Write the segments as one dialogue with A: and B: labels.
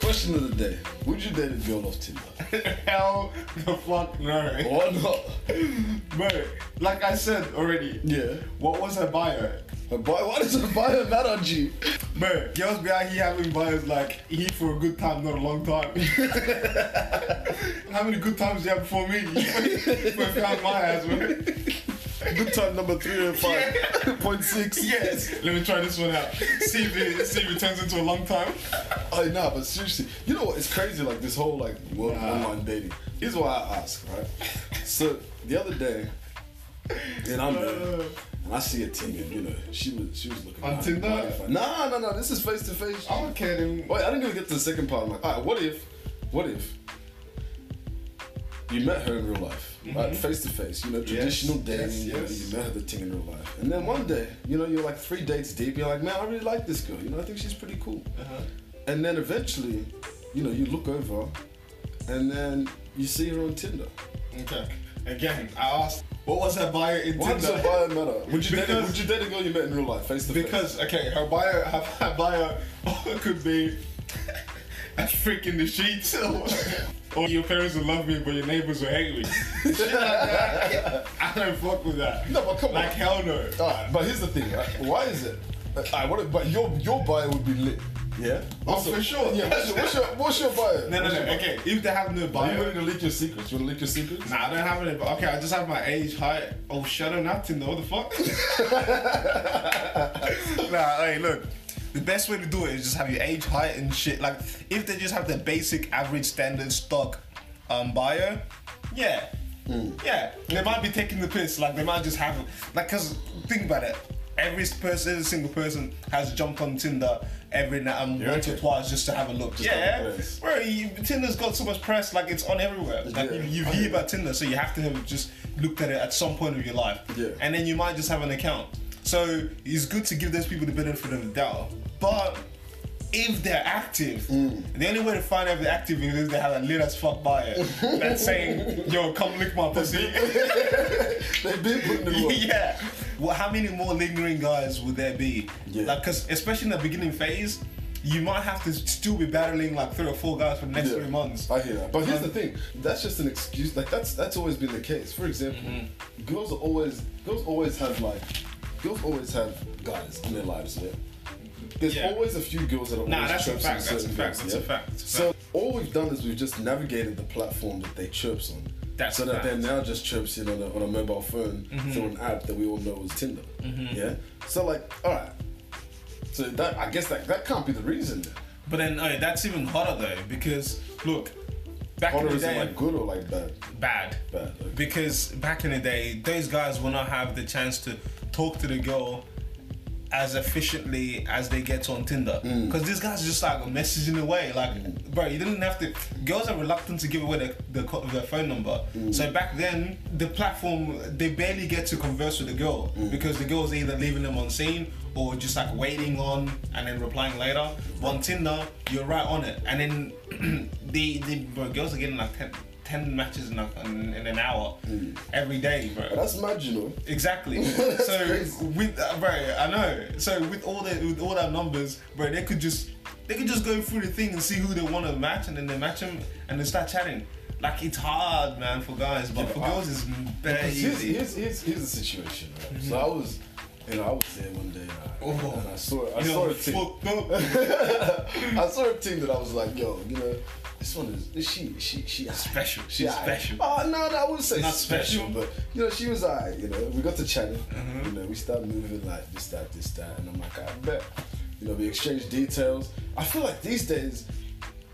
A: question of the day: Would you date a girl off Tinder
B: Hell the fuck no.
A: or not?
B: Bro, like I said already,
A: Yeah.
B: what was her bio?
A: Her bio, why does her bio matter to you?
B: Bro, girls be out here having bios like he for a good time, not a long time. How many good times you have before me? You found my ass, bro.
A: Good time number three and five point six.
B: Yes. Let me try this one out. See if it, see if it turns into a long time.
A: I know, but seriously, you know what? It's crazy. Like this whole like world of
B: Nah.
A: online dating. Here's why I ask, right? so the other day, and I'm there, and I see a Tinder. You know, she was she was looking
B: Uh. On
A: nice,
B: Tinder? Oh,
A: nice. Nah, nah, nah. This is face to face.
B: I'm not kidding.
A: Wait, I didn't even get to the second part. I'm like, all right, what if, what if you met her in real life, right, face to face, you know, traditional dating,
B: Mm-hmm. yes,
A: you, know,
B: yes.
A: you met her the thing in real life, and then one day, you know, you're like three dates deep, you're like, man, I really like this girl, you know, I think she's pretty cool, and then eventually, you know, you look over, and then you see her on Tinder.
B: Okay. Again, I asked, what was her bio in
A: Why does
B: Tinder?
A: that bio matter? Would you, date a,
B: Because-
A: would you date a girl you met in real life, face to face?
B: Because okay, her bio, her, her bio could be a freak in the sheets, or, or your parents will love me, but your neighbors will hate me. Shit like that. I don't fuck with that.
A: No, but come
B: like
A: on. Oh.
B: hell no.
A: Alright, but here's the thing, right? Why is it? Alright, what? But your your bio would be lit. Yeah.
B: Oh, for sure.
A: Yeah. What's your what's your, what's your bio?
B: No, no,
A: What's
B: no.
A: your bio?
B: Okay, if they have no
A: Are you willing
B: bio.
A: to leak your secrets? You want to leak your secrets?
B: Nah, I don't have any. But okay, I just have my age, height. Oh, shut up, nothing. What the fuck? nah, hey, look. The best way to do it is just have your age, height, and shit. Like, if they just have the basic, average, standard stock um, bio, yeah.
A: Hmm.
B: Yeah. They might be taking the piss. Like, they might just have. Like, because think about it. Every person, every single person has jumped on Tinder every now and once or
A: reckon?
B: twice just to have a look.
A: have a
B: yeah.
A: glance.
B: Bro, you, Tinder's got so much press, like, it's on everywhere. Like,
A: Yeah.
B: you, you
A: I
B: hear
A: hear
B: about Tinder, so you have to have just looked at it at some point of your life.
A: Yeah.
B: And then you might just have an account. So it's good to give those people the benefit of the doubt. But if they're active,
A: Mm.
B: the only way to find out if they're active is if they have a lit as fuck buyer that's saying, yo, come lick my pussy.
A: They've been putting the work.
B: yeah. Well, how many more lingering guys would there be?
A: Yeah.
B: Like, cause especially in the beginning phase, you might have to still be battling like three or four guys for the next
A: Yeah.
B: three months.
A: I hear that. But here's the thing. That's just an excuse. Like that's that's always been the case. For example,
B: Mm-hmm.
A: girls are always girls always have like girls always have guys in their lives. Yeah. There's
B: Yeah.
A: always a few girls that are
B: Nah,
A: always
B: that's a
A: chirps
B: fact,
A: on
B: that's a
A: certain
B: fact,
A: things,
B: that's a
A: yeah?
B: fact, that's a
A: So all we've done is we've just navigated the platform that they chirps on.
B: That's
A: so
B: a
A: that
B: fact. Mm-hmm.
A: they're now just chirping on a, on a mobile phone through an app that we all know is Tinder. Yeah. So like, all right. So that I guess that that can't be the reason. Then.
B: But then oh, that's even hotter though because look, back
A: Or
B: in the
A: is it
B: day,
A: like good or like bad?
B: bad.
A: Bad, okay.
B: Because back in the day, those guys will not have the chance to talk to the girl as efficiently as they get on Tinder. Because these guys are just like messaging away. Like, bro, you didn't have to. Girls are reluctant to give away their, their, co- their phone number. So back then, the platform, they barely get to converse with the girl because the girl's either leaving them on scene or just like waiting on and then replying later. But on Tinder, you're right on it. And then the, the bro, girls are getting like 10, 10 matches in, like, in, in an hour every day, bro.
A: That's mad, you know.
B: Exactly.
A: That's
B: so
A: crazy.
B: with uh, bro, I know. So with all the with all that numbers, bro, they could just they could just go through the thing and see who they want to match, and then they match them, and they start chatting. Like it's hard, man, for guys, but for
A: but I-
B: girls it's very
A: Here's,
B: easy. Mm-hmm.
A: here's, here's, here's the situation. Right? So I was, you know, I was there one day and I,
B: Oh.
A: and I saw, I
B: you
A: saw
B: know,
A: a team.
B: fucked up.
A: I saw a team that I was like, yo, you know, this one is this- she, she, she
B: Special.
A: She
B: She's
A: aight.
B: special.
A: Oh no, no, I wouldn't say
B: Not
A: special,
B: special. Mm-hmm.
A: but you know, she was alright. You know, we got to chatting. You know, we start moving like this, that, this, that, and I'm like, I bet. You know, we exchange details. I feel like these days.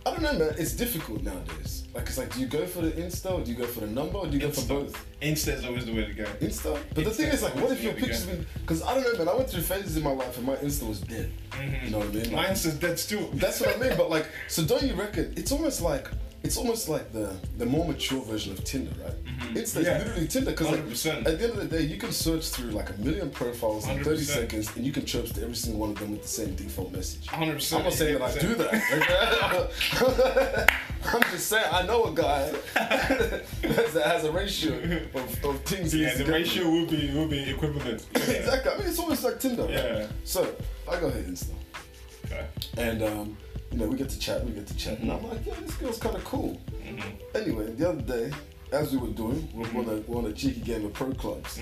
A: I don't know, man. It's difficult nowadays. Like, it's like, do you go for the Insta, or do you go for the number, or do you go for both?
B: Insta's always the way to go.
A: Insta. But the
B: Insta.
A: thing is, like, what if your
B: There we
A: pictures
B: go.
A: been? Because I don't know, man. I went through phases in my life, and my Insta was dead.
B: Mm-hmm.
A: You know what I mean?
B: My
A: Like,
B: Insta's dead still.
A: that's what I mean. But like, so don't you reckon? It's almost like. It's almost like the, the more mature version of Tinder, right? Insta is
B: Mm-hmm. Yeah.
A: literally Tinder because
B: 100%.
A: at the end of the day, you can search through like a million profiles in 30
B: 100%.
A: seconds and you can chirp to every single one of them with the same default message.
B: 100%.
A: I'm not saying that I do that. okay? I'm just saying I know a guy that has a ratio of, of things.
B: Yeah,
A: he's
B: the
A: got.
B: ratio will be will be equivalent.
A: Exactly. I mean, it's almost like Tinder. right?
B: Yeah.
A: So I go ahead Insta,
B: Okay.
A: and um, you you know, we get to chat, we get to chat. And I'm
B: Mm-hmm.
A: like, yeah, this girl's kind of cool. Anyway, the other day, as we were doing, we were on, a,
B: Mm-hmm.
A: we were on a cheeky game of pro clubs.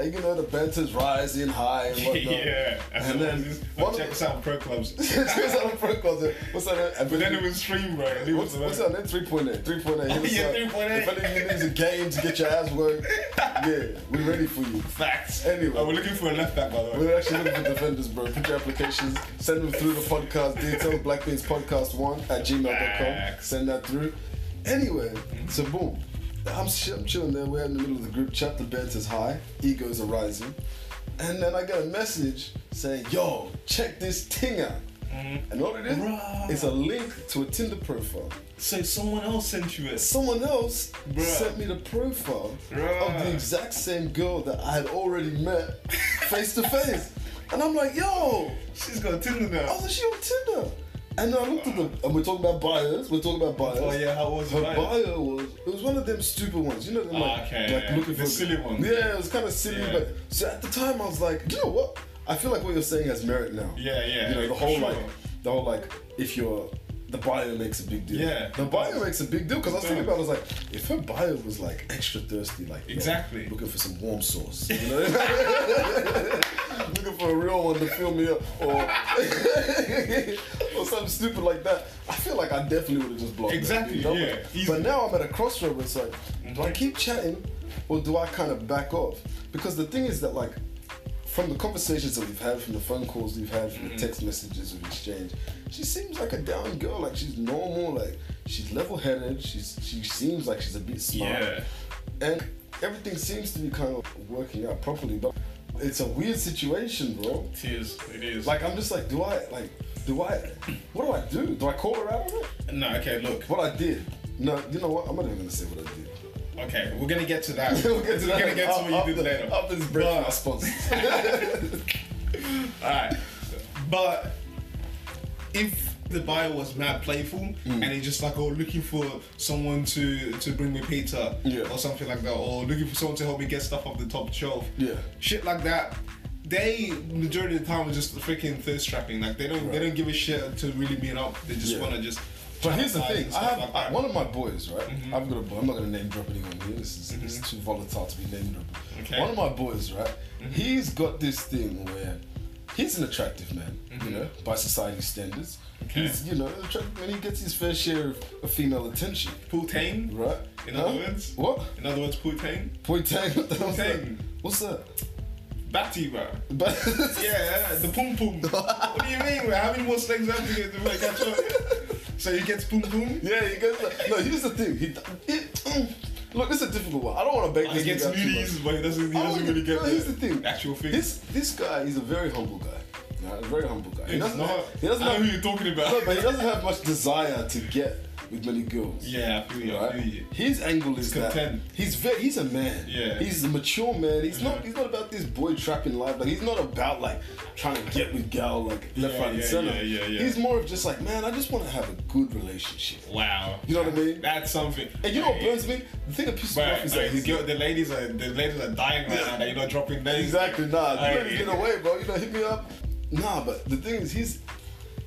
A: And you know, the banter's rising high and whatnot.
B: yeah.
A: Oh And then
B: well,
A: one of
B: check us out, pro clubs.
A: Check us out on pro clubs. What's that?
B: But then it was stream, bro. Leave
A: What's,
B: us
A: what's
B: alone.
A: on that 3.8? 3.8. hit us
B: Yeah,
A: up.
B: 3.8.
A: If anything needs a game to get your ass worked, yeah, we're ready for you.
B: Facts.
A: Anyway.
B: Oh, we're looking for a left back, by the way.
A: We're actually looking for defenders, bro. Put your applications, send them through the podcast details, blackbeardspodcast1 at gmail.com.
B: Facts.
A: Send that through. Anyway, so boom. I'm, sh- I'm chilling there. We're in the middle of the group chat. The bent is high. Egos are rising. And then I get a message saying, yo, check this thing out. And what it is,
B: Mm-hmm. Bruh.
A: it's a link to a Tinder profile.
B: So someone else sent you it.
A: Someone else
B: Bruh.
A: sent me the profile
B: Bruh.
A: of the exact same girl that I had already met face to face. And I'm like, yo,
B: She's got Tinder
A: I
B: now.
A: was like, she on Tinder. And then I looked at them, and we're talking about buyers. We're talking about buyers.
B: Oh yeah, how was
A: Her
B: it?
A: bio was it was one of them stupid ones, you know, them
B: Ah,
A: like,
B: okay,
A: like
B: yeah.
A: looking
B: The
A: for
B: silly ones.
A: Yeah, it was kind of silly,
B: Yeah.
A: but so at the time I was like, you know what? I feel like what you're saying has merit now.
B: Yeah, yeah,
A: You know, the
B: for
A: whole
B: sure.
A: like, the whole like, if you're the bio makes a big deal.
B: Yeah.
A: the bio makes a big deal because I was thinking
B: Yeah.
A: about, it, I was like, if her bio was like extra thirsty, like yo,
B: Exactly.
A: looking for some warm sauce, you know. Looking for a real one to fill me up, or or something stupid like that. I feel like I definitely would have just blocked. her,
B: Exactly,
A: you know?
B: yeah,
A: But
B: easy.
A: now I'm at a crossroad where it's like, do I keep chatting or do I kind of back off? Because the thing is that, like, from the conversations that we've had, from the phone calls we've had, from the
B: Mm-hmm.
A: text messages we've exchanged, she seems like a down girl. Like, she's normal, like, she's level headed, She's she seems like she's a bit smart.
B: Yeah.
A: And everything seems to be kind of working out properly, but it's a weird situation, bro.
B: It is. It is.
A: Like, I'm just like, do I, like, do I, what do I do? Do I call her out on it?
B: no, okay, look.
A: What I did. No, you know what? I'm not even gonna say what I did.
B: Okay, we're gonna get to that. We're gonna get to
A: Up-
B: what you
A: up
B: did
A: the-
B: later.
A: Up this break,
B: But-
A: our sponsors.
B: Alright. But if the buyer was mad playful
A: Mm.
B: and they just like oh looking for someone to to bring me pizza
A: Yeah.
B: or something like that or looking for someone to help me get stuff off the top shelf
A: Yeah.
B: shit like that they majority of the time are just freaking thirst trapping like they don't they
A: Right.
B: don't give a shit to really being up they just
A: Yeah.
B: want to just
A: But here's the
B: chat
A: thing.
B: and
A: I
B: stuff
A: have
B: like
A: I-
B: that.
A: one of my boys, right?
B: Mm-hmm.
A: I've got a boy. I'm not gonna name drop anyone here. This is it's too volatile to be name dropping.
B: Okay. Mm-hmm.
A: One of my boys, right? He's got this thing where he's an attractive man, you know, by society standards.
B: Mm-hmm. Okay.
A: He's you know attractive man. He gets his fair share of, of female attention,
B: Putain?
A: right?
B: In other words?
A: what?
B: in other words Putain?
A: Poitang. What the hell's that?
B: Poitang.
A: What's that?
B: back to you bro
A: But
B: Yeah, the pum pum. what do you mean? bro? How many more slings do I have to get to make that joke? So you get pum pum?
A: Yeah, he goes. Like, no, here's the thing. He, he, mm, look, this is a difficult one. I don't want to bake
B: He
A: this
B: gets
A: nigga up too much.
B: nudies, but he doesn't, he
A: I don't
B: doesn't really
A: get-
B: get
A: Oh, no, here's the thing.
B: actual thing.
A: This this guy is a very humble guy. Right? A very humble guy. He
B: It's
A: doesn't.
B: not,
A: have, he doesn't
B: I know
A: have.
B: who you're talking about.
A: no, but he doesn't have much desire to get with many girls.
B: yeah, I feel you. I
A: Right?
B: feel you.
A: His angle is that
B: content.
A: he's very, he's a man.
B: Yeah.
A: He's a mature man. He's not he's not about this boy trapping life. Like he's not about like trying to get with gal like left,
B: Yeah,
A: right, and
B: yeah,
A: center.
B: yeah, yeah, yeah.
A: He's more of just like man. I just want to have a good relationship.
B: Wow.
A: You know what I mean?
B: That's something.
A: And you know what burns me? The thing that pisses me off
B: But
A: is that he's
B: the ladies are the ladies are dying right now that you're not dropping names.
A: exactly nah.
B: Aye.
A: You know, he's getting away, bro. You know, hit me up. Nah, but the thing is, he's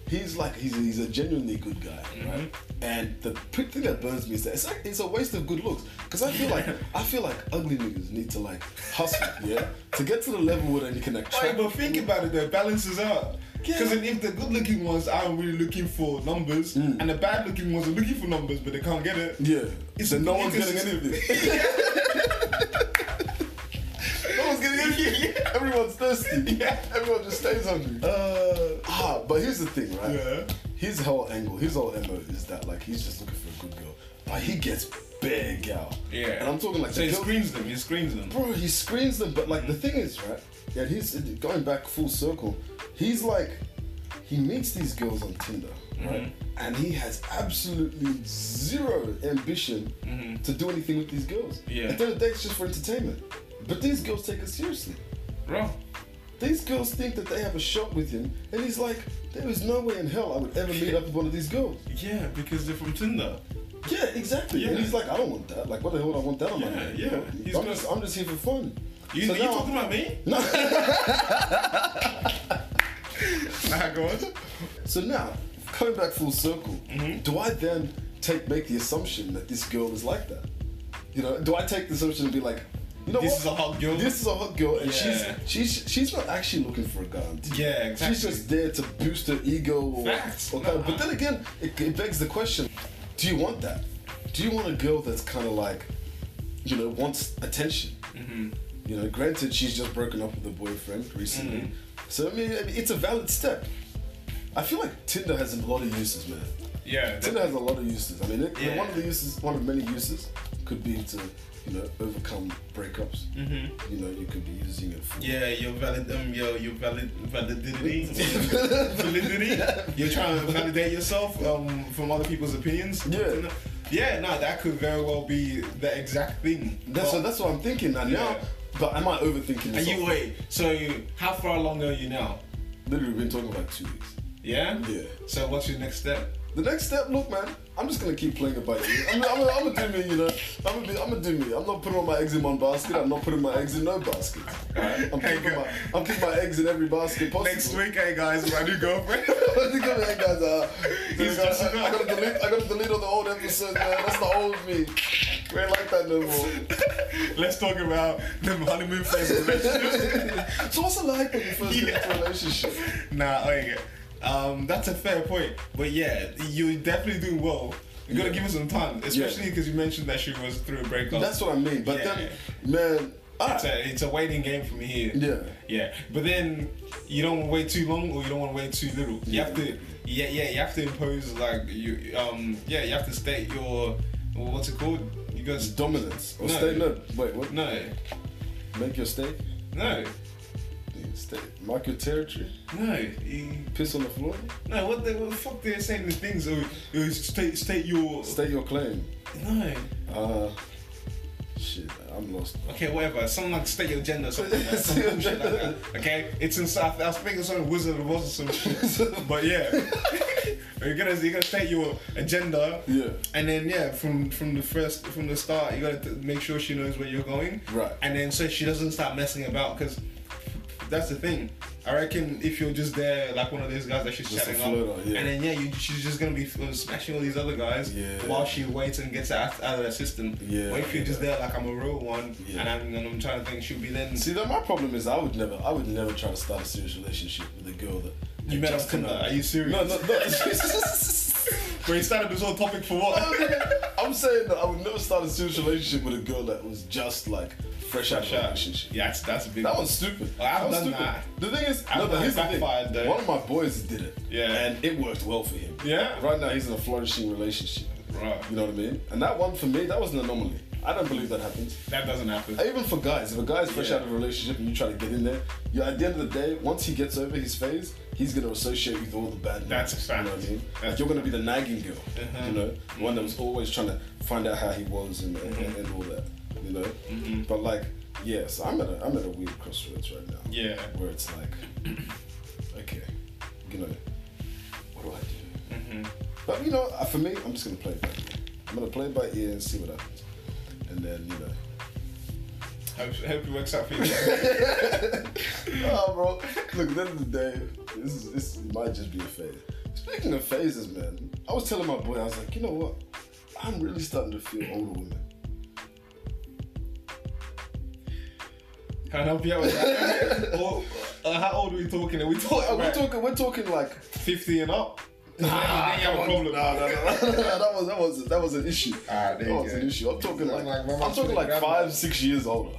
A: he's like he's he's a genuinely good guy, right?
B: Mm-hmm.
A: And the p- thing that burns me is that it's like it's a waste of good looks. Cause I feel like I feel like ugly niggas need to like hustle, yeah, to get to the level where they can
B: Right,
A: attract.
B: but think about it, though, it balances out.
A: Yeah.
B: Because if the good looking ones aren't really looking for numbers, and the bad looking ones are looking for numbers but they can't get it,
A: Mm. yeah,
B: It's
A: then no one's getting
B: inconsistent.
A: any of this. no one's getting any of it. Everyone's thirsty.
B: Yeah.
A: everyone just stays hungry.
B: Uh,
A: Ah, but here's the thing, right?
B: Yeah.
A: His whole angle, his whole MO is that like he's just looking for a good girl. But he gets big gal.
B: yeah.
A: And I'm talking like
B: so
A: the
B: he Mm.
A: girl-
B: screams them. He screams them.
A: Bro, he screens them, but like the thing is, right? Yeah, he's going back full circle. He's like, he meets these girls on Tinder,
B: Mm-hmm.
A: right? And he has absolutely zero ambition to do anything with these girls.
B: Mm-hmm. Yeah.
A: At the end of the day, it's just for entertainment. But these girls take it seriously
B: Bro,
A: these girls think that they have a shot with him, and he's like, there is no way in hell I would ever meet up with one of these girls.
B: yeah, because they're from Tinder.
A: Yeah, exactly. And
B: Yeah.
A: he's like, I don't want that. Like, what the hell would I want that on my
B: Yeah,
A: hand?
B: yeah.
A: You know,
B: He's
A: I'm,
B: gonna-
A: just, I'm just here for fun.
B: You,
A: So
B: you
A: now-
B: talking about me?
A: No.
B: Nah, go on.
A: So now, coming back full circle,
B: Mm-hmm.
A: do I then take make the assumption that this girl is like that? You know, do I take the assumption and be like, you know,
B: This
A: what?
B: is a hot girl.
A: This is a hot girl, and
B: Yeah.
A: she's she's she's not actually looking for a guy. on TV.
B: Yeah, exactly.
A: She's just there to boost her ego. Or,
B: Facts. Uh-huh.
A: or kind of- but then again, it, it begs the question: Do you want that? Do you want a girl that's kind of like, you know, wants attention?
B: Mm-hmm.
A: You know, granted, she's just broken up with a boyfriend recently,
B: Mm-hmm.
A: so I mean, I mean, it's a valid step. I feel like Tinder has a lot of uses, man.
B: Yeah.
A: Tinder has a lot of uses. I mean, it,
B: Yeah.
A: one of the uses, one of many uses, could be to you know overcome breakups. You know, you could be using it for
B: Mm-hmm. Yeah, your valid um your your valid validity validity. You're trying to validate yourself um from other people's opinions.
A: Yeah.
B: Yeah, no, that could very well be the exact thing.
A: That's
B: But-
A: what, that's what I'm thinking now. now
B: Yeah.
A: but am I overthinking
B: Are
A: this?
B: you wait? So you, how far along are you now?
A: Literally, we've been talking about two weeks.
B: Yeah.
A: Yeah.
B: So what's your next step?
A: The next step, look, man, I'm just gonna keep playing about you. I'm, I'm, I'm gonna do me, you know. I'm gonna, be, I'm gonna do me. I'm not putting all my eggs in one basket. I'm not putting my eggs in no basket. I'm putting my, I'm putting my eggs in every basket possible.
B: Next week, hey guys, my new girlfriend.
A: I think I'm like, guys, uh,
B: He's
A: I,
B: just-
A: I gotta delete, I gotta delete all the old episodes, man. That's the old me. We ain't like that no more.
B: Let's talk about the honeymoon phase of relationships.
A: So what's it like when you first get into a
B: Yeah.
A: relationship?
B: Nah, okay. Um, that's a fair point. But yeah, you're definitely doing well. You gotta
A: Yeah.
B: give her some time, especially
A: Yeah.
B: because you mentioned that she was through a breakup.
A: That's what I mean. But
B: Yeah.
A: then, man,
B: it's,
A: alright.
B: a, it's a waiting game from here.
A: Yeah.
B: Yeah, but then you don't want to wait too long or you don't want to wait too little. You have to, yeah, yeah, you have to impose like you, um, yeah, you have to state your, what's it called? You got to
A: Dominance. Or
B: No.
A: stay, no. Wait, what?
B: no,
A: Make your stay?
B: no,
A: Stay. Mark your territory?
B: no, you-
A: Piss on the floor?
B: no. What the, what the fuck? They're saying these things. Or, or state, state your,
A: State your claim.
B: no.
A: Uh, shit, I'm lost.
B: Okay, whatever. Something like state your gender, something like that. Some dumb shit like that. Okay, it's in South. I was thinking some Wizard of Oz or some shit. But yeah, you're gonna you're gonna state your agenda.
A: Yeah.
B: And then yeah, from from the first from the start, you gotta t- make sure she knows where you're going.
A: Right.
B: And then so she doesn't start messing about because that's the thing. I reckon if you're just there like one of those guys that she's
A: Just a
B: chatting up,
A: flirter, yeah.
B: and then yeah, you, she's just gonna be uh, smashing all these other guys
A: Yeah.
B: while she waits and gets out, out of the system.
A: Yeah,
B: Or if you're just
A: yeah.
B: there like I'm a real one,
A: Yeah.
B: and I'm and I'm trying to think she'll be then.
A: See, that my problem is I would never, I would never try to start a serious relationship with a girl that
B: You met
A: just
B: up Tinder.
A: cannot-
B: Are you serious?
A: No, no,
B: Where you started this whole topic for what?
A: no. I'm saying that I would never start a serious relationship with a girl that was just like fresh out of a
B: Sure.
A: relationship.
B: Yeah, that's that's a big.
A: That one's stupid.
B: Well, I've
A: that was
B: done
A: stupid.
B: that.
A: The thing is,
B: I've
A: no, but
B: done
A: here's the thing.
B: backfired, though.
A: One of my boys did it.
B: Yeah.
A: And it worked well for him.
B: Yeah?
A: Right now, he's in a flourishing relationship.
B: Right.
A: You know what I mean? And that one for me, that was an anomaly. I don't believe that happens.
B: That doesn't happen.
A: Even for guys, if a guy's fresh
B: Yeah.
A: out of a relationship and you try to get in there, you at the end of the day, once he gets over his phase, he's gonna associate you with all the bad.
B: That's
A: news,
B: a Mm-hmm. fact.
A: You know what I mean?
B: That's
A: Like, you're gonna be the nagging girl. You know, the one that was always trying to find out how he was and, and-
B: Mm-hmm.
A: and, all that. You know, but like, yeah, so I'm at a I'm at a weird crossroads right now.
B: Yeah.
A: where it's like, okay, you know, what do I do?
B: Mm-hmm.
A: But you know, uh, for me, I'm just gonna play it by ear. I'm gonna play it by ear and see what happens, and then you know.
B: Hope, hope it works out for you.
A: Nah, bro. Look, at the end of the day, this, is, this might just be a phase. Speaking of phases, man, I was telling my boy, I was like, you know what? I'm really starting to feel older women.
B: Can I help you out with that? or, uh, how old are we talking? Are we talking
A: Uh, We're
B: about
A: talking, we're talking like,
B: 50 and up? Then- then you have a
A: come on.
B: problem.
A: Nah, nah, nah. that was that was that was an issue.
B: Ah, there
A: that
B: you
A: was
B: go.
A: an issue. I'm talking like,
B: Like, my mama's
A: I'm talking
B: gonna
A: like
B: grab
A: five,
B: me.
A: six years older.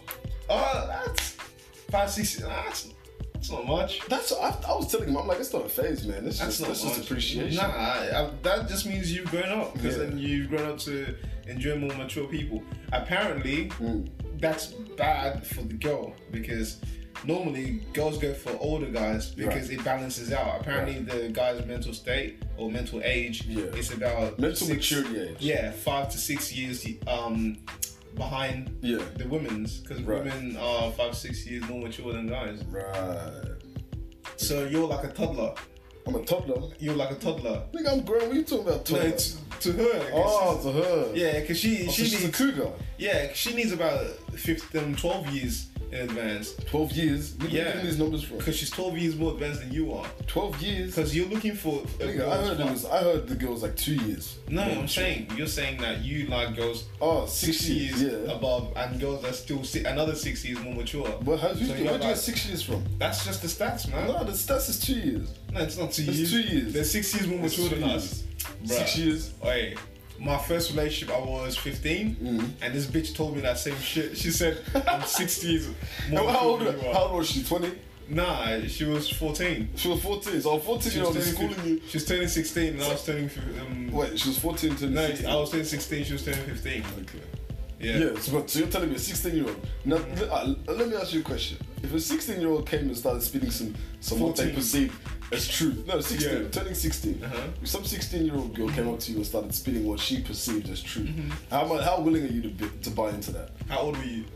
B: Oh, that's five, six. nah, That's, that's not much.
A: That's I, I was telling him, I'm like, it's not a phase, man. It's
B: That's
A: just
B: not
A: it's just
B: much.
A: appreciation.
B: Nah, I, I, that just means you've grown up because
A: Yeah.
B: then you've grown up to enjoy more mature people. Apparently,
A: Mm.
B: that's bad for the girl because normally girls go for older guys because it balances out. Apparently, the guy's mental state or mental age
A: Yeah.
B: is about
A: Mental
B: six-
A: maturity age.
B: Yeah, five to six years um behind
A: Yeah.
B: the women's because
A: Right.
B: women are five six years more mature than guys.
A: Right.
B: So you're like a toddler.
A: I'm a toddler.
B: You're like a toddler.
A: Nigga, I'm grown. What are you talking about?
B: No,
A: Toddler?
B: it's to her.
A: oh, to her.
B: Yeah, because she
A: She
B: she
A: Oh, she's a
B: needs
A: cougar.
B: yeah she needs about 15, 12 years in advance.
A: 12 years? Where
B: Yeah.
A: you getting these numbers from?
B: Because she's 12 years more advanced than you are.
A: 12 years?
B: Because you're looking for. a
A: Nigga, I
B: girl's
A: heard it
B: part-
A: was, I heard the girl was like two years.
B: No, I'm saying you're saying that you like girls
A: Oh,
B: six,
A: six
B: years
A: years, yeah.
B: above, and girls are still si another six years more mature.
A: But how do you,
B: So
A: where
B: you're
A: do you get
B: like-
A: six years from?
B: That's just the stats, man.
A: No, the stats is two years.
B: No, it's not two
A: It's
B: years.
A: two years.
B: They're six years more
A: It's
B: mature
A: two
B: than us.
A: years. Six
B: Bruh.
A: years.
B: Oi, my first relationship, I was 15,
A: Mm.
B: and this bitch told me that same shit. She said, I'm 60 years more
A: How, how
B: mature
A: old?
B: than you
A: How
B: are.
A: old was she? Twenty.
B: Nah, she was 14.
A: She was fourteen. So fourteen
B: She
A: year old
B: was,
A: is
B: turning,
A: schooling you.
B: she was turning 16, and I was turning. fif- Um,
A: Wait, she was fourteen to
B: No,
A: 16.
B: I was turning 16, she was turning 15.
A: Okay.
B: Yeah.
A: Yeah. so, but so you're telling me a 16 year old. Now, le- uh, let me ask you a question. If a 16 year old came and started spitting some, some what they
B: 14.
A: perceive as truth. No, 16,
B: Yeah.
A: turning 16.
B: Uh-huh.
A: If some 16 year old girl came up to you and started spitting what she perceived as truth,
B: Mm-hmm.
A: how, mu- how willing are you to, be, to buy into that?
B: How old were you?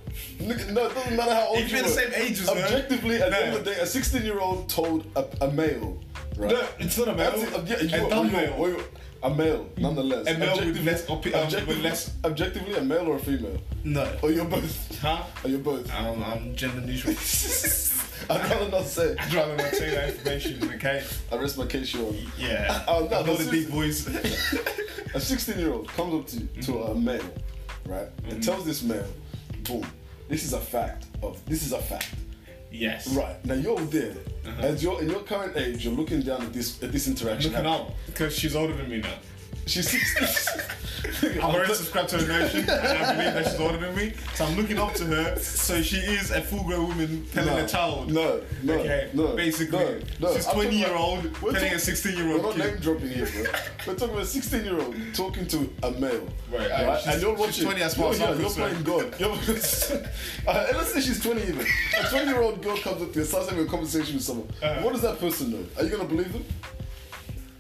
A: Look, no, it doesn't matter how old
B: You'd
A: you
B: be
A: are.
B: the same age as her.
A: Objectively, at
B: No.
A: the end of the day, a 16 year old told a, a male, right?
B: No, it's not a male.
A: That's it, obje-
B: A
A: you were-
B: dumb
A: you were-
B: male.
A: you were- A male, nonetheless.
B: A male with
A: Objectively-
B: less opi- um, with
A: objectively-
B: less-
A: Objectively, a male or a female?
B: No.
A: Or Oh, you're both?
B: Huh?
A: Or you're both?
B: I'm, I'm gender neutral.
A: I'd rather not say.
B: I'd rather not say that information, okay?
A: I rest my case, Sean.
B: Yeah.
A: Oh, no,
B: I'm not
A: but
B: a big
A: seriously.
B: voice.
A: A 16 year old comes up to, to a male, right?
B: Mm-hmm.
A: And tells this male, boom, this is a fact. Of This is a fact.
B: yes.
A: Right now, you're there.
B: Uh-huh.
A: As you're in your current age, you're looking down at this at this interaction.
B: Looking
A: happening.
B: up because she's older than me now.
A: She's sixty.
B: I've already subscribed to her notion, and I believe that she's older than me. So I'm looking up to her. So she is a full-grown woman telling
A: No,
B: a child.
A: No, no,
B: okay.
A: no.
B: Basically,
A: no, no.
B: she's
A: I'm talking
B: 20 year
A: about-
B: old
A: we're
B: telling
A: talk-
B: a 16 year
A: We're
B: old
A: not
B: kid.
A: name dropping here, bro. we're talking about a 16 year old talking to a male.
B: Right, I- she's-
A: and you're
B: she's
A: watching.
B: 20 as far
A: you're,
B: as
A: you're,
B: I'm
A: you're playing
B: concerned.
A: God. You're, uh, let's say she's 20 even. A 20 year old girl comes up to you, starts having a conversation with someone.
B: Uh-huh.
A: What does that person know? Are you going to believe them?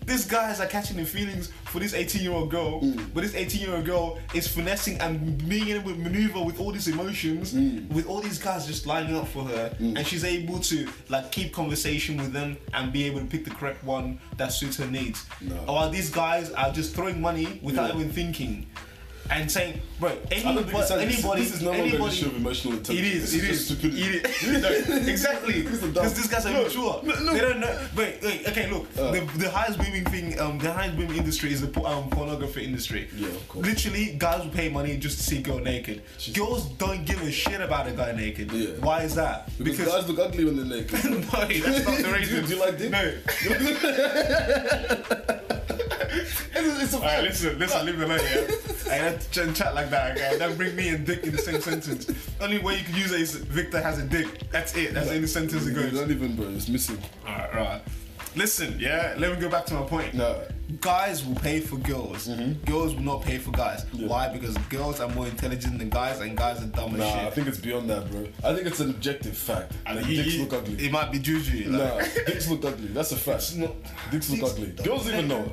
B: These guys are catching the feelings for this 18 year old girl,
A: Mm.
B: but this 18 year old girl is finessing and being able to maneuver with all these emotions,
A: Mm.
B: with all these guys just lining up for her, and she's able to like keep conversation with them and be able to pick the correct one that suits her needs.
A: No.
B: While these guys are just throwing money without
A: Yeah.
B: even thinking. And saying, bro,
A: I don't think it's
B: anybody, anybody,
A: this is no longer an issue of
B: anybody,
A: emotional
B: it
A: intelligence.
B: is.
A: This
B: It
A: just
B: is.
A: stupidity.
B: It is. No, exactly.
A: These are dumb.
B: Because these guys are
A: No,
B: immature.
A: no, no.
B: They don't know. Wait, wait. Okay, look.
A: Uh.
B: the, the highest booming thing, um, the highest booming industry is the po- um, pornography industry.
A: Yeah, of course.
B: Literally, guys will pay money just to see a girl naked.
A: Jesus.
B: Girls don't give a shit about a guy naked.
A: Yeah.
B: Why is that?
A: Because, guys look ugly when they're naked.
B: no, that's not the reason.
A: Dude, you like dick?
B: No.
A: It's, it's a
B: Alright,
A: fact.
B: listen, listen, leave me alone, yeah. I had to ch- chat like that, okay? Don't bring me and dick in the same sentence. Only way you can use it is Victor has a dick. That's it. That's the only sentence it
A: It's
B: goes.
A: not even, bro. It's missing.
B: Alright, right. Listen, yeah, let me go back to my point.
A: No. Mm-hmm.
B: Guys will pay for girls. Girls will not pay for guys. Why? Because girls are more intelligent than guys, and guys are dumb as
A: Nah, I
B: shit.
A: think it's beyond that, bro. I think it's an objective fact.
B: And
A: that
B: you-
A: dicks
B: you-
A: look ugly.
B: It might be juju. like-
A: Nah, dicks look ugly. That's a fact. dicks look
B: dicks
A: ugly.
B: look
A: Girls even know.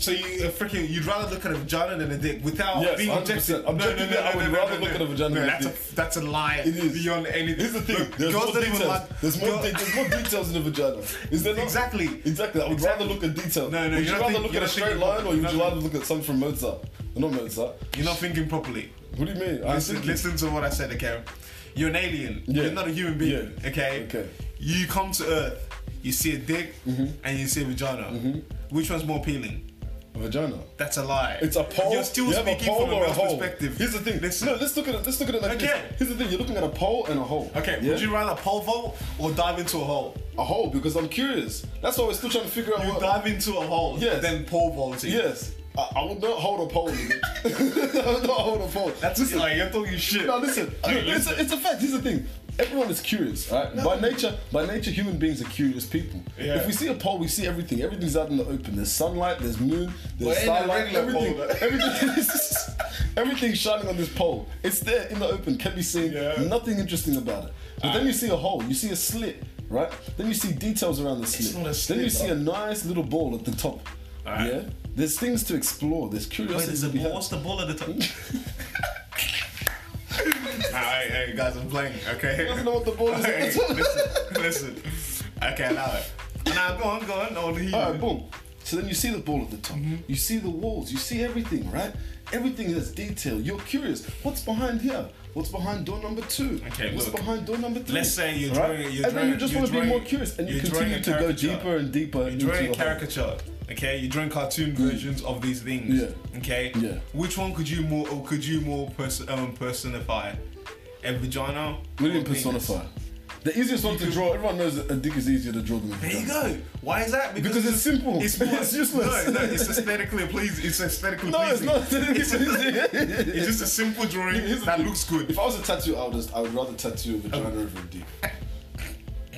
B: So you uh, freaking, you'd rather look at a vagina than a dick without
A: Yes,
B: being
A: 100%.
B: objective. No, no, no,
A: Objectively,
B: no,
A: I would
B: no, no,
A: rather
B: no,
A: look
B: no.
A: at a vagina
B: No,
A: than a
B: that's
A: dick.
B: A, that's a lie.
A: It is.
B: beyond anything.
A: Here's the thing.
B: Look,
A: there's,
B: girls
A: more
B: don't
A: details.
B: even like.
A: there's more.
B: girl-
A: de- there's more details in a vagina. Is there not?
B: Exactly.
A: Exactly. I would
B: Exactly.
A: rather look at detail.
B: No, no,
A: Would
B: you're
A: you
B: not
A: rather
B: think-
A: look at
B: you're
A: a
B: not
A: straight
B: thinking-
A: line, or
B: you're
A: would
B: not
A: you rather look at something from Mozart? Not Mozart.
B: You're not thinking properly.
A: What do you mean? I
B: Listen,
A: think-
B: listen to what I said, okay? You're an alien.
A: Yeah.
B: You're not a human being,
A: Yeah.
B: okay?
A: Okay. Mm-hmm.
B: You come to Earth, you see a dick, and you see a vagina. Which one's more appealing?
A: Vagina.
B: That's a lie.
A: It's a pole.
B: You're still
A: you have
B: speaking
A: a pole
B: from a
A: or a
B: male's
A: hole.
B: perspective.
A: Here's the thing.
B: Listen.
A: No, let's look at it. Let's look at it like
B: Okay.
A: this. Here's the thing. You're looking at a pole and a hole.
B: Okay,
A: Yeah?
B: would you rather pole vault or dive into a hole?
A: a hole because I'm curious. That's why we're still trying to figure out
B: You
A: what.
B: dive into a hole,
A: Yes.
B: then pole vaulting.
A: Yes, I, I would not hold a pole. nigga. I would not hold a pole.
B: That's just like you're talking shit.
A: No, listen.
B: Okay,
A: Look, it's, a, it's a fact. Here's the thing. Everyone is curious, right? By nature, by nature, human beings are curious people.
B: Yeah.
A: If we see a pole, we see everything. Everything's out in the open. There's sunlight. There's moon. There's
B: But ain't no
A: starlight.
B: regular
A: Everything.
B: pole, though.
A: everything. is- everything's shining on this pole. It's there in the open. Can be seen.
B: Yeah. Ah.
A: Nothing interesting about it. But then you see a hole. You see a slit, right? Then you see details around the slit.
B: not a slit,
A: then you see
B: though.
A: a nice little ball at the top.
B: Alright.
A: Yeah. There's things to explore. There's
B: Wait,
A: curiosity.
B: there's a
A: to be
B: ball.
A: had.
B: What's the ball at the top? Alright, hey guys, I'm playing. Okay.
A: He doesn't know what the ball is.
B: Hey, listen, listen. Okay, allow it. Now go on, go on. I want to hear you.
A: All right, Uh, boom. So then you see the ball at the top,
B: Mm-hmm.
A: you see the walls, you see everything, right? Everything has detail. You're curious. What's behind here? What's behind door number two?
B: Okay,
A: What's
B: look.
A: behind door number three?
B: Let's say you're
A: Right?
B: drawing- you're
A: and then you
B: drawing-
A: just
B: you're
A: want to be more
B: drawing-
A: curious, and you
B: you're drawing
A: continue
B: a
A: to go
B: caricature.
A: deeper and deeper.
B: You're
A: into
B: drawing a
A: the whole-
B: caricature, okay? You're drawing cartoon versions of these things,
A: Yeah.
B: okay?
A: Yeah.
B: Which one could you more or could you more pers- um, personify? A vagina?
A: We
B: or a
A: didn't
B: penis?
A: personify. The easiest one to draw. Everyone knows that a dick is easier to draw than a
B: There you
A: vagina.
B: go. Why is that?
A: Because it's simple.
B: It's, more,
A: It's useless.
B: No, no, it's aesthetically pleasing. It's aesthetically
A: No, it's
B: pleasing.
A: not. It's,
B: It's just a simple drawing
A: Here's the
B: that
A: thing.
B: looks good.
A: If I was a tattoo artist, I would rather tattoo a vagina over a dick.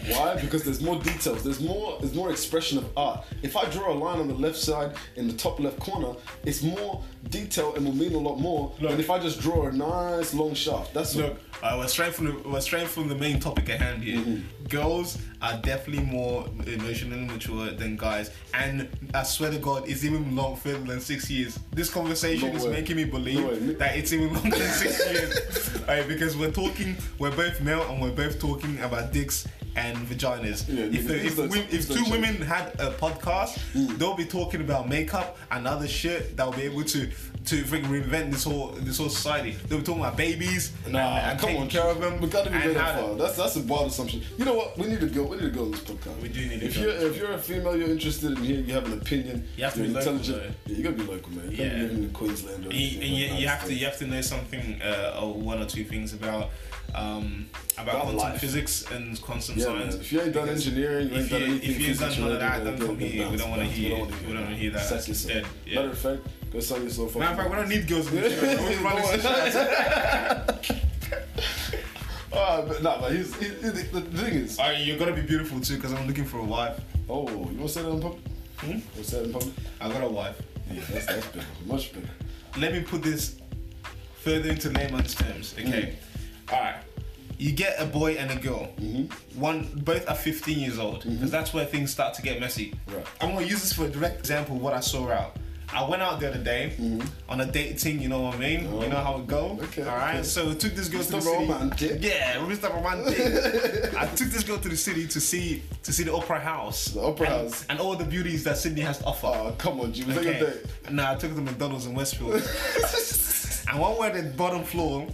A: Why? Because there's more details. There's more. There's more expression of art. If I draw a line on the left side in the top left corner, it's more detail and will mean a lot more
B: Look.
A: than if I just draw a nice long shaft. That's all.
B: Look, uh, we're straight from the we're straight from the main topic at hand here.
A: Mm-hmm.
B: Girls are definitely more emotionally mature than guys, and I swear to God, it's even long further than six years. This conversation
A: No
B: is
A: way.
B: making me believe
A: No way.
B: that it's even longer than six years, Alright, Because we're talking, we're both male, and we're both talking about dicks and vaginas.
A: Yeah,
B: if
A: nigga,
B: the-
A: these
B: if,
A: are-
B: we- if
A: these are
B: two
A: jokes.
B: women had a podcast,
A: Mm.
B: they'll be talking about makeup and other shit that'll be able to to freaking reinvent this whole this whole society. They'll be talking about babies
A: Nah,
B: and
A: come
B: taking
A: on,
B: care of them.
A: We gotta be
B: and
A: going that
B: how-
A: far. That's that's a wild assumption. You know what? We need to go. We need to go on this podcast.
B: We do need to
A: If
B: go.
A: you're if you're a female, you're interested in here. You have an opinion.
B: You have to
A: you're
B: be local,
A: Yeah, you gotta be local, man. You yeah.
B: Yeah.
A: can't be living in Queensland or
B: And you,
A: anything
B: and
A: like
B: you,
A: that.
B: you have to you have to know something uh, or one or two things about um, about,
A: About
B: quantum
A: life.
B: physics and quantum
A: Yeah,
B: science.
A: man. If you ain't done
B: Because
A: engineering, you ain't
B: if you
A: done anything.
B: if you ain't
A: physics,
B: done none of
A: you're not
B: that,
A: gonna
B: then
A: get
B: come
A: the
B: here. We
A: bounce,
B: don't want to
A: bounce.
B: hear.
A: wanna
B: We don't want to hear that.
A: Sack
B: It's
A: yourself.
B: dead. Yeah.
A: Matter of fact, go sell yourself.
B: Matter of fact, we don't need girls. In the show. We're running this shit.
A: Uh, but nah, but he's, he, he- the, the thing is,
B: Alright, you're gonna be beautiful too, cause I'm looking for a wife.
A: oh, you want to say that in public?
B: Hmm?
A: You want to say that in public?
B: I got a wife.
A: Yeah, that's, that's bigger, much bigger.
B: let me put this further into layman's terms, okay?
A: Mm-hmm.
B: All right. You get a boy and a girl. One, both are 15 years old, because that's where things start to get messy.
A: Mm-hmm. Right.
B: I'm gonna use this for a direct example of what I saw out. I went out the other day on a dating, you know what I mean? You know how it go.
A: Mm-hmm. Oh. Okay,
B: All right.
A: okay.
B: So we took this girl to the
A: Mr.
B: city.
A: Romantic.
B: Yeah, Mr. Romantic. I took this girl to the city to see to see the Opera House. The
A: Opera
B: and,
A: House.
B: and all the beauties that Sydney has to offer.
A: Oh, come on, G. Was that your
B: Okay.
A: day?
B: Nah, I took it to McDonald's in Westfield. and one way the bottom floor,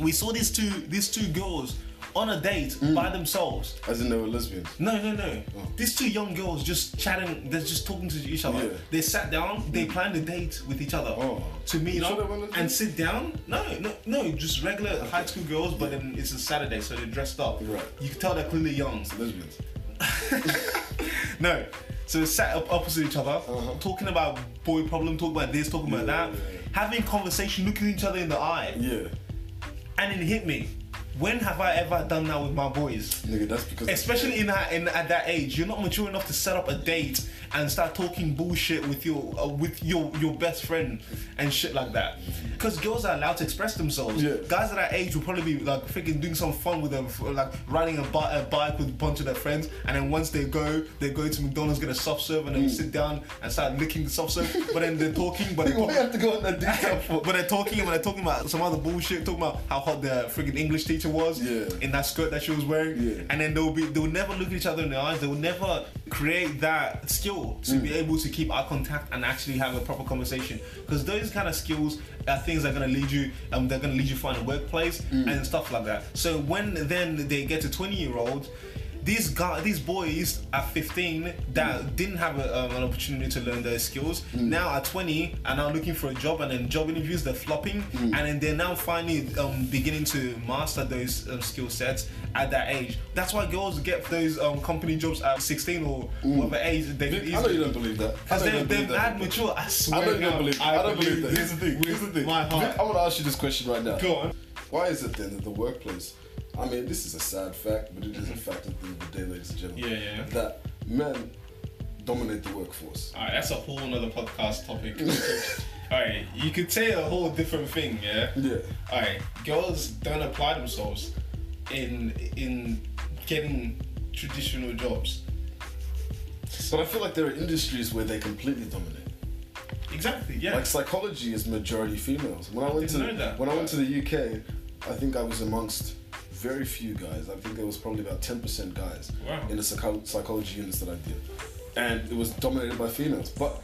B: we saw these two these two girls on a date
A: Mm.
B: by themselves.
A: As in they were lesbians.
B: No, no, no.
A: Oh.
B: These two young girls just chatting, they're just talking to each other.
A: Yeah. Mm.
B: They sat down, they planned a date with each other
A: Oh.
B: to meet
A: You sure
B: up
A: they weren't
B: and
A: lesbians?
B: sit down. No, no, no, just regular high school girls, but then it's a Saturday, so they're dressed up.
A: Right.
B: You can tell they're clearly young.
A: Lesbians.
B: No. So sat up opposite each other, talking about boy problem, talking about this, talking about
A: Uh-huh. Yeah,
B: that,
A: yeah, yeah.
B: having conversation, looking each other in the eye,
A: Yeah.
B: and it hit me. When have I ever done that with my boys?
A: Nigga, that's because.
B: Especially in that in at that age, you're not mature enough to set up a date and start talking bullshit with your uh, with your your best friend and shit like that. Because girls are allowed to express themselves.
A: Yeah.
B: Guys at that age will probably be like freaking doing some fun with them, f- like riding a, bi- a bike with a bunch of their friends. And then once they go, they go to McDonald's get a soft serve and then
A: Mm.
B: sit down and start licking the soft serve. but then they're talking, but they
A: Why you have to go in that detail for?
B: but they're talking when they're talking about some other bullshit, talking about how hot the freaking English teacher was
A: Yeah.
B: in that skirt that she was wearing.
A: Yeah.
B: And then they'll be they'll never look at each other in the eyes, they'll never create that skill to
A: Mm.
B: be able to keep eye contact and actually have a proper conversation. Because those kind of skills are things that are gonna lead you um they're gonna lead you far in the workplace
A: Mm.
B: and stuff like that. So when then they get to 20 year olds these guys, these boys at 15 that didn't have a, um, an opportunity to learn their skills now at 20 are now looking for a job and then job interviews they're flopping and then they're now finally um, beginning to master those um, skill sets at that age that's why girls get those um, company jobs at 16 or whatever age they
A: I know you don't believe that. I
B: because
A: know you
B: they,
A: don't
B: they're
A: believe
B: mad
A: that.
B: mature I swear
A: I don't
B: God,
A: even believe. I, don't believe that. Here's the thing.
B: with
A: Here's the thing. oh,
B: my
A: Vic, I
B: heart
A: want to ask you this question right now.
B: go on
A: Why is it then that the workplace? I mean, this is a sad fact, but it is a fact at the end of the day, ladies and gentlemen.
B: Yeah, yeah.
A: That men dominate the workforce.
B: Alright, that's a whole nother podcast topic. Alright, you could say a whole different thing, yeah?
A: Yeah.
B: Alright, girls don't apply themselves in in getting traditional jobs.
A: But I feel like there are industries where they completely dominate.
B: Exactly, yeah.
A: Like psychology is majority females. When I, went to
B: didn't know that.
A: when I went to the UK, I think I was amongst very few guys. I think there was probably about ten percent guys
B: Wow.
A: in the psycho- psychology units that I did. and it was dominated by females. But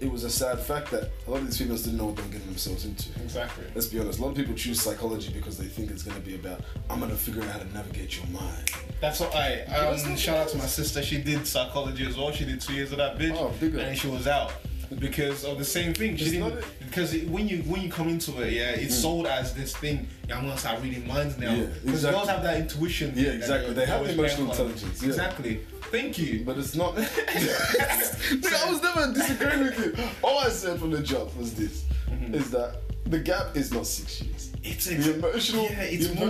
A: it was a sad fact that a lot of these females didn't know what they were getting themselves into.
B: Exactly.
A: Let's be honest, a lot of people choose psychology because they think it's going to be about, I'm going to figure out how to navigate your mind.
B: That's what I. Um, shout out to my sister. She did psychology as well. She did two years of that bitch,
A: Oh, big up.
B: and she was out because of the same thing. She
A: It's
B: didn't
A: not Mm.
B: because it, when you when you come into it, yeah, it's sold as this thing. Yeah, I'm gonna start reading minds now
A: Yeah,
B: because
A: exactly.
B: girls have that intuition.
A: Yeah,
B: that
A: exactly. They have
B: always
A: emotional
B: went on.
A: intelligence, yeah.
B: Exactly. Thank you.
A: But it's not. Nigga, I was never disagreeing with you. All I said from the jump was this: is that the gap is not six years.
B: Mm-hmm. It's ex-
A: the emotional.
B: Yeah, it's
A: the
B: more.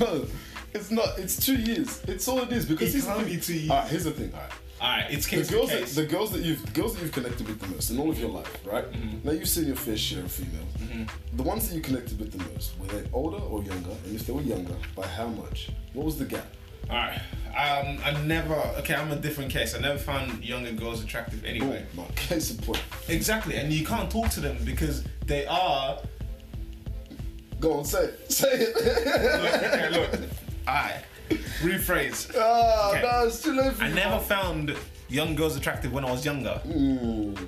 A: emo- no, it's not. It's two years. It's all it is because
B: It
A: here's
B: can't
A: the thing.
B: be two years.
A: Alright, here's the thing. Alright.
B: All right, it's
A: The
B: case
A: girls,
B: to
A: that,
B: case.
A: the girls that you've, the girls that you've connected with the most in all of your life, right?
B: Mm-hmm.
A: Now you've seen your fair share of females. The ones that you connected with the most were they older or younger? And if they were younger, by how much? What was the gap?
B: All right. Um, I never. Okay, I'm a different case. I never found younger girls attractive
A: Boom.
B: anyway.
A: My case in point.
B: Exactly, and you can't talk to them because they are
A: Go on, say it. Say it.
B: look, okay, look. I rephrase.
A: Ah,
B: Okay.
A: no, it's too late for
B: I
A: you.
B: never found young girls attractive when I was younger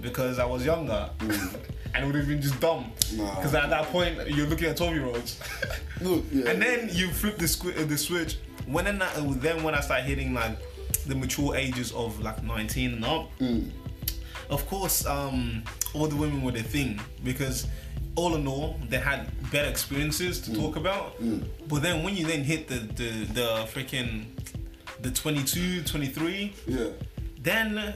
B: because I was younger and it would have been just dumb.
A: Nah.
B: Because at that point you're looking at twelve year olds,
A: Look, yeah.
B: and then you flip the squi- uh, the switch. When and that, then when I start hitting like the mature ages of like nineteen and up, of course, um, all the women were the thing because all in all, they had better experiences to talk about. But then when you then hit the the, the freaking the 22, 23,
A: Yeah.
B: then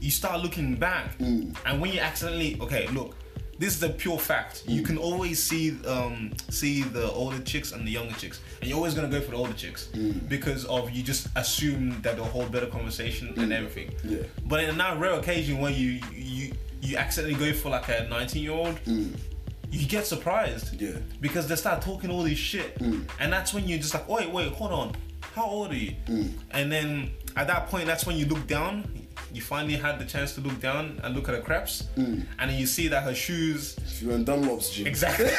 B: you start looking back. And when you accidentally, okay, look, this is a pure fact. You can always see um, see the older chicks and the younger chicks, and you're always gonna go for the older chicks because of you just assume that they'll hold better conversation and everything.
A: Yeah.
B: But in that rare occasion when you you you accidentally go for like a 19 year old, you get surprised.
A: Yeah. Mm.
B: Because they start talking all this shit, and that's when you're just like, wait, wait, hold on, how old are you?
A: Mm.
B: And then at that point, that's when you look down. You finally had the chance to look down and look at her craps,
A: Mm.
B: and then you see that her shoes
A: If you're in Dunlop's gym.
B: Exactly.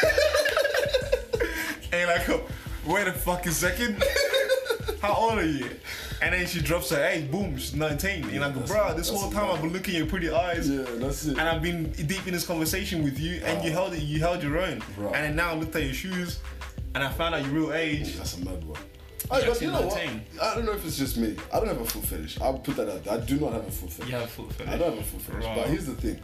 B: and you're like, oh, wait a fucking second. How old are you? And then she drops her age, boom, she's 19. And I'm like,
A: That's-
B: bro, this
A: that's
B: whole time I've been looking at your pretty eyes.
A: Yeah, that's it.
B: And I've been deep in this conversation with you, and you held it, you held your own.
A: Bro.
B: And then now I looked at your shoes, and I found out your real age.
A: That's a mad one. Hey, but you know what?
B: Nineteen.
A: I don't know if it's just me. I don't have a foot fetish. I'll put that out there. I do not have a foot fetish.
B: You have a foot fetish.
A: I don't have a foot fetish.
B: Right.
A: But here's the thing.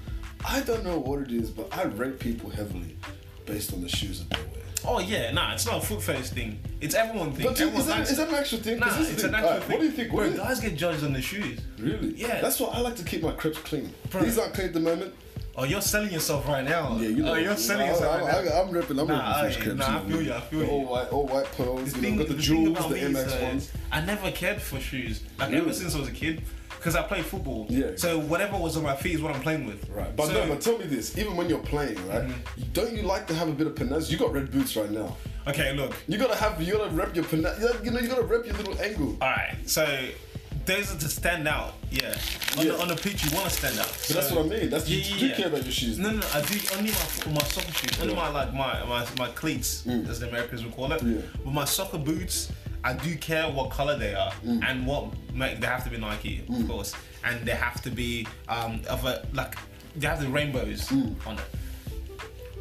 A: I don't know what it is, but I rate people heavily based on the shoes that they wear.
B: Oh yeah, nah, it's not a foot fetish thing. It's everyone thing.
A: But do you-
B: Everyone
A: is that,
B: likes
A: is
B: it.
A: that an actual thing? 'Cause
B: Nah,
A: here's the
B: it's
A: thing.
B: an actual
A: Alright,
B: thing.
A: What do you think? What
B: Bro,
A: is-
B: guys get judged on the shoes.
A: Really?
B: Yeah.
A: That's why I like to keep my crepes clean.
B: Bro.
A: These aren't clean at the moment.
B: Oh, you're selling yourself right now.
A: Yeah, you know.
B: Oh, you're selling
A: I,
B: yourself right now.
A: I, I, am ripping. I'm
B: Nah,
A: ripping fish
B: I-
A: crepes.
B: nah, I
A: you know,
B: feel you, I feel
A: the
B: you.
A: All white, all white pearls.
B: The
A: You know,
B: thing,
A: got the,
B: the thing
A: jewels,
B: about
A: the
B: me is,
A: MX
B: uh,
A: ones.
B: I never cared for shoes. Like
A: Really?
B: ever since I was a kid, because I played football.
A: Yeah.
B: So whatever was on my feet is what I'm playing with.
A: Right, but
B: So- Mm-hmm.
A: no, but tell me this: even when you're playing, right, don't you like to have a bit of finesse? You got red boots right now.
B: okay, look.
A: You gotta have, you gotta rep your finesse. You know, you gotta rep your little angle.
B: All right. So those are to stand out. Yeah. On,
A: Yeah.
B: The, on the pitch, you want to stand out.
A: But that's what I mean. That's you
B: Yeah, yeah,
A: do
B: yeah.
A: care about your shoes.
B: No, no, no, I do only my my soccer shoes, only
A: Yeah. Mm.
B: my like my my, my cleats, as the Americans would call it.
A: Yeah.
B: But my soccer boots, I do care what color they are
A: Mm.
B: and what make they have to be Nike, of course, and they have to be um of a like they have the rainbows
A: Mm.
B: on it.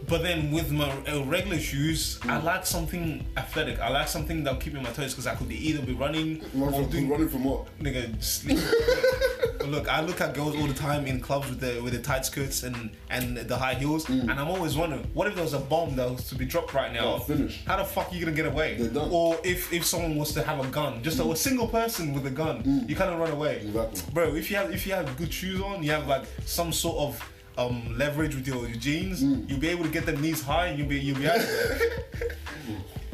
B: But then with my uh, regular shoes,
A: Mm.
B: I like something athletic. I like something that'll keep me on my toes because I could either be running
A: Run
B: or
A: from,
B: doing
A: running from what?
B: nigga sleep. Look, I look at girls all the time in clubs with the with the tight skirts and and the high heels,
A: Mm.
B: and I'm always wondering, what if there was a bomb that was to be dropped right now?
A: Oh, finish.
B: How the fuck are you gonna get away?
A: They're done. Mm.
B: Or if if someone was to have a gun, just a, a single person with a gun, you kind of run away.
A: Exactly.
B: Bro, if you have if you have good shoes on, you have like some sort of um, leverage with your, your jeans,
A: Mm.
B: you'll be able to get them knees high, and you'll be you'll be out of there.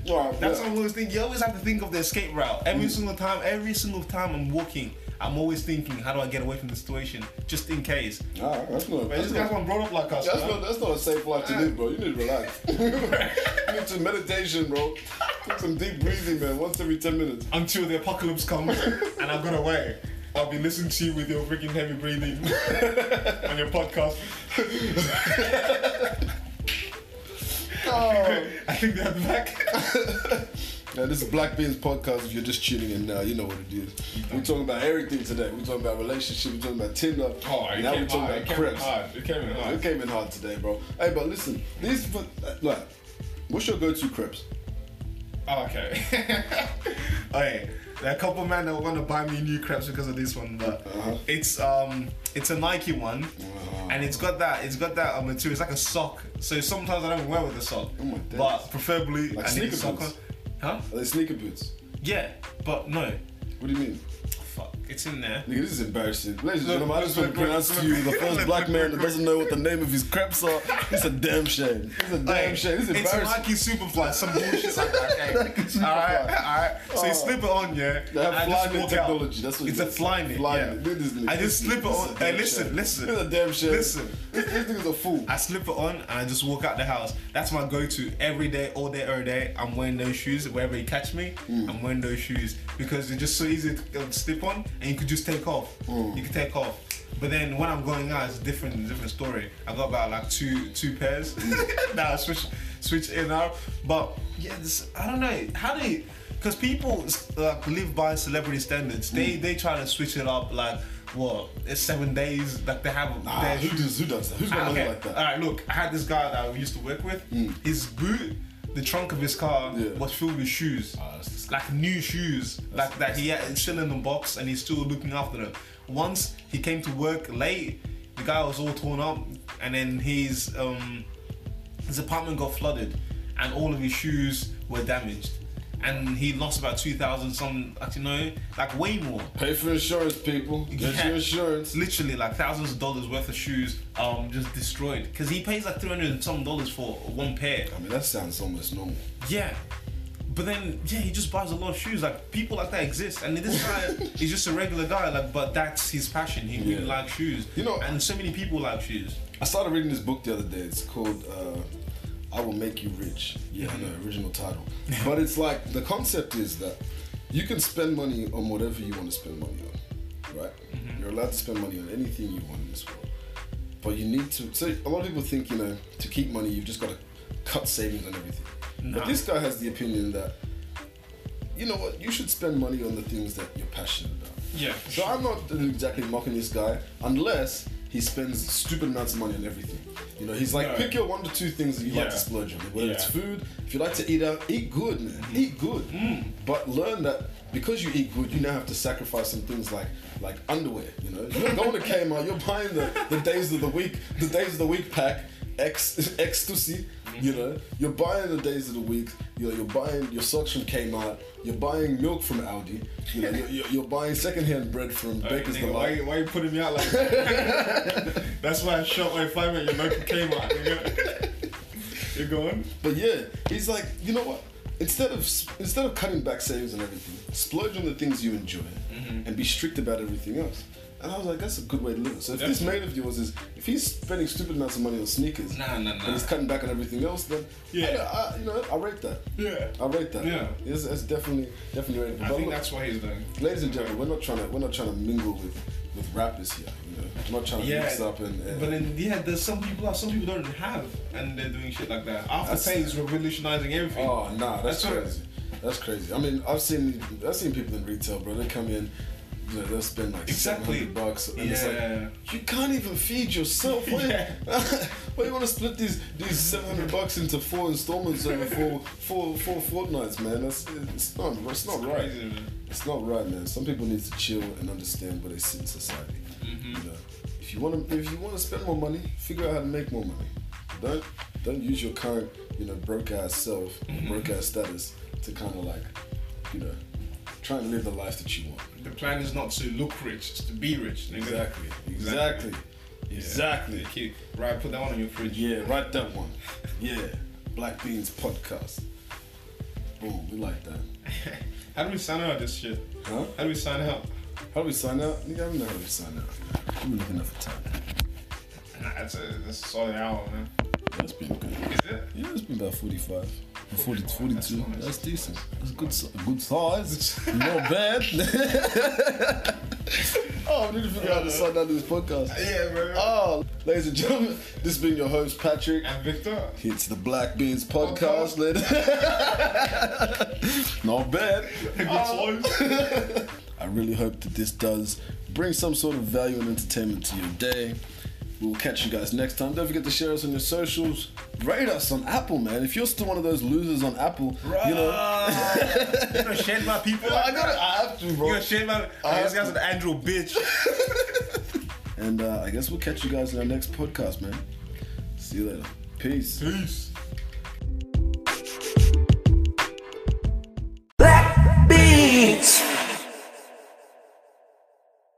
A: All right,
B: That's
A: yeah.
B: what I'm always thinking. You always have to think of the escape route.
C: Mm.
B: Every single time, every single time I'm walking, I'm always thinking, how do I get away from the situation? Just in case.
A: All right, that's not.
B: But
A: That's
B: this guy's
A: not
B: one brought up like us.
A: that's
B: man.
A: not, that's not a safe life to live, bro. You need to relax. you need to meditation, bro. Take some deep breathing, man, once every 10 minutes.
B: Until the apocalypse comes and I've got away. I'll be listening to you with your freaking heavy breathing on your podcast.
A: Oh.
B: I think they're back.
A: Now, this is Black Beans Podcast. If you're just tuning in now, you know what it is. We're talking about everything today. We're talking about relationships. We're talking about Tinder.
C: Oh, it
A: now we're
C: came
A: talking
C: hard. It
A: about
C: came in
A: crepes.
C: hard. It came in
A: It
C: hard.
A: came in hard today, bro. Hey, but listen, these but, uh, like, what's your go-to crepes?
C: Oh, okay.
B: Okay, there are a couple men that were gonna buy me new crepes because of this one, but
A: Uh-huh.
B: it's um it's a Nike one,
A: Wow.
B: and it's got that it's got that uh, material. It's like a sock, so sometimes I don't even wear with a sock,
A: Oh my days.
B: but preferably
A: Like
B: I need
A: sneaker
B: a sock on.
A: boots?
B: Huh?
A: Are they sneaker boots?
B: Yeah, but no,
A: What do you mean?
B: fuck, it's in there.
A: Nigga, this is embarrassing. Ladies and
B: Look,
A: gentlemen, I just want
B: look,
A: to pronounce
B: look,
A: to you the
B: look.
A: first black man that doesn't know what the name of his crepes are. It's a damn shame. It's a damn
B: Hey,
A: shame. This is
B: it's
A: embarrassing.
B: Nike Superfly, some bullshit like that. Hey,
A: Nike Superfly.
B: Alright, alright. So you
A: Oh.
B: slip it on, yeah.
A: They have
B: and I
A: fly
B: just
A: knit
B: walk out.
A: technology. That's what
B: it's
A: you
B: a fly knit.
A: Fly
B: yeah.
A: knit. Look at this nigga.
B: I just slip it
A: This is
B: on.
A: a damn
B: Hey, listen,
A: shame.
B: listen.
A: This is a damn shame.
B: Listen.
A: This, this nigga's a fool.
B: I slip it on and I just walk out the house. That's my go-to every day, all day, every day. I'm wearing those shoes wherever you catch me. I'm wearing those shoes because they're just so easy to uh, slip on and you could just take off. You can take off. But then when I'm going out, it's different, different story. I got about like two two pairs that I switch switch in and out. But yeah, this, I don't know how do you because people like live by celebrity standards. They they try to switch it up like what it's seven days like they have
A: Nah,
B: their
A: Ah, who, does, who does that? Who's gonna
B: Ah, Okay.
A: look like that? Hmm.
B: All right, look, I had this guy that we used to work with. His boot, the trunk of his car,
A: Yeah.
B: was filled with shoes,
A: Ah, that's disgusting.
B: like new shoes, like that he had still in the box and he's still looking after them. Once he came to work late, the guy was all torn up, and then his um, his apartment got flooded, and all of his shoes were damaged. And he lost about two thousand some, like, you know, like way more.
A: Pay for insurance, people. Get
B: Yeah.
A: your insurance.
B: Literally, like thousands of dollars worth of shoes, um, just destroyed. Cause he pays like three hundred and some dollars for one pair.
A: I mean, that sounds almost normal.
B: Yeah, but then yeah, he just buys a lot of shoes. Like people like that exist, and this guy is just a regular guy. Like, but that's his passion. He really
A: Yeah.
B: likes shoes.
A: You know-
B: and so many people like shoes.
A: I started reading this book the other day. It's called uh, "I Will Make You Rich." Yeah, I know,
B: Mm-hmm.
A: original title. but it's like the concept is that you can spend money on whatever you want to spend money on, right?
B: Mm-hmm.
A: You're allowed to spend money on anything you want in this world, but you need to. So a lot of people think you know to keep money, you've just got to cut savings on everything.
B: Nah.
A: But this guy has the opinion that you know what, you should spend money on the things that you're passionate about.
B: Yeah.
A: So I'm not exactly mocking this guy unless he spends stupid amounts of money on everything. You know, he's like,
C: No.
A: pick your one to two things that you like to
C: Yeah.
A: splurge on. Whether it's
C: Yeah. Mm.
A: food, if you like to eat out, eat good, man. Eat good. But learn that because you eat good, you now have to sacrifice some things like like underwear. You know, you're not going to Kmart. You're buying the, the days of the week, the days of the week pack, ex ecstasy. You know, you're buying the days of the week. You know, you're buying your socks from Kmart. You're buying milk from Aldi. You know, you're, you're, you're buying secondhand bread from Baker's
C: Uh, Nigga, why,
A: Delight.
C: you- why you putting me out like that? That's why I shot my five at your local Kmart, nigga. You're going?
A: But yeah, he's like, you know what? Instead of instead of cutting back savings and everything, splurge on the things you enjoy, and be strict about everything else. And I was like, that's a good way to live. So if this mate of yours is, if he's spending stupid amounts of money on sneakers,
B: Nah, nah, nah.
A: and he's cutting back on everything else, then
C: Yeah.
A: yeah, I, I, you know, I rate that.
C: Yeah.
A: I rate that.
C: Yeah.
A: it's, it's definitely definitely rated.
C: I
A: But
C: think
A: look,
C: that's what he's doing.
A: ladies and gentlemen, we're not trying to we're not trying to mingle with with rappers here. You know, we're not trying to mix up and, and
B: but then yeah, there's some people that some people don't have, and they're doing shit like that.
A: That's-
B: Afterpay is revolutionizing everything.
A: Oh nah, that's,
B: That's what-
A: crazy. That's crazy. I mean, I've seen I've seen people in retail, bro. They come in, you know, they'll spend like
B: Exactly.
A: seven hundred bucks, and it's
B: Yeah.
A: like you can't even feed yourself. Why, why you want to split these these seven hundred bucks into four installments over four four four fortnights, man? That's it's not it's not right.
B: Crazy, man.
A: It's not right, man. Some people need to chill and understand where they sit in society.
B: Mm-hmm.
A: You know, if you want to, if you want to spend more money, figure out how to make more money. Don't don't use your current, you know, broke ass self,
B: Mm-hmm.
A: broke ass status to kind of like, you know, try and live the life that you want.
B: The plan is not to look rich, it's to be rich. Nigga.
A: Exactly. Exactly.
B: Yeah.
A: Exactly.
B: Okay, Right, put that one on your fridge.
A: Yeah, write that one. Yeah, Black Beans podcast. Boom, we like that.
B: How do we sign out of this shit?
A: Huh?
B: How do we sign out?
A: How do we sign out? Nigga, I don't know how we sign out. I've been looking up for time.
B: Nah, that's a, that's a solid hour, man.
A: That's been good.
B: Is it?
A: Yeah, it's been about 45. 40, 42.
B: That's
A: That's,
B: nice.
A: decent. That's good, si- good size. Not bad. oh, we need to figure out how to sign down this podcast.
C: Yeah, bro.
A: Oh, ladies and gentlemen, this has been your host, Patrick.
C: and Victor.
A: It's the Black Beans Podcast, ladies. Not bad.
C: Oh.
A: I really hope that this does bring some sort of value and entertainment to your day. We'll catch you guys next time. Don't forget to share us on your socials. Rate us on Apple, man. If you're still one of those losers on Apple, you know.
B: you gonna shade my people?
A: I
B: You
A: gotta, I have to, bro.
B: gonna shade my?
A: I
B: Oh, this
A: have
B: guy's an Andrew bitch.
A: And uh, I guess we'll catch you guys in our next podcast, man. See you later. Peace.
C: Peace.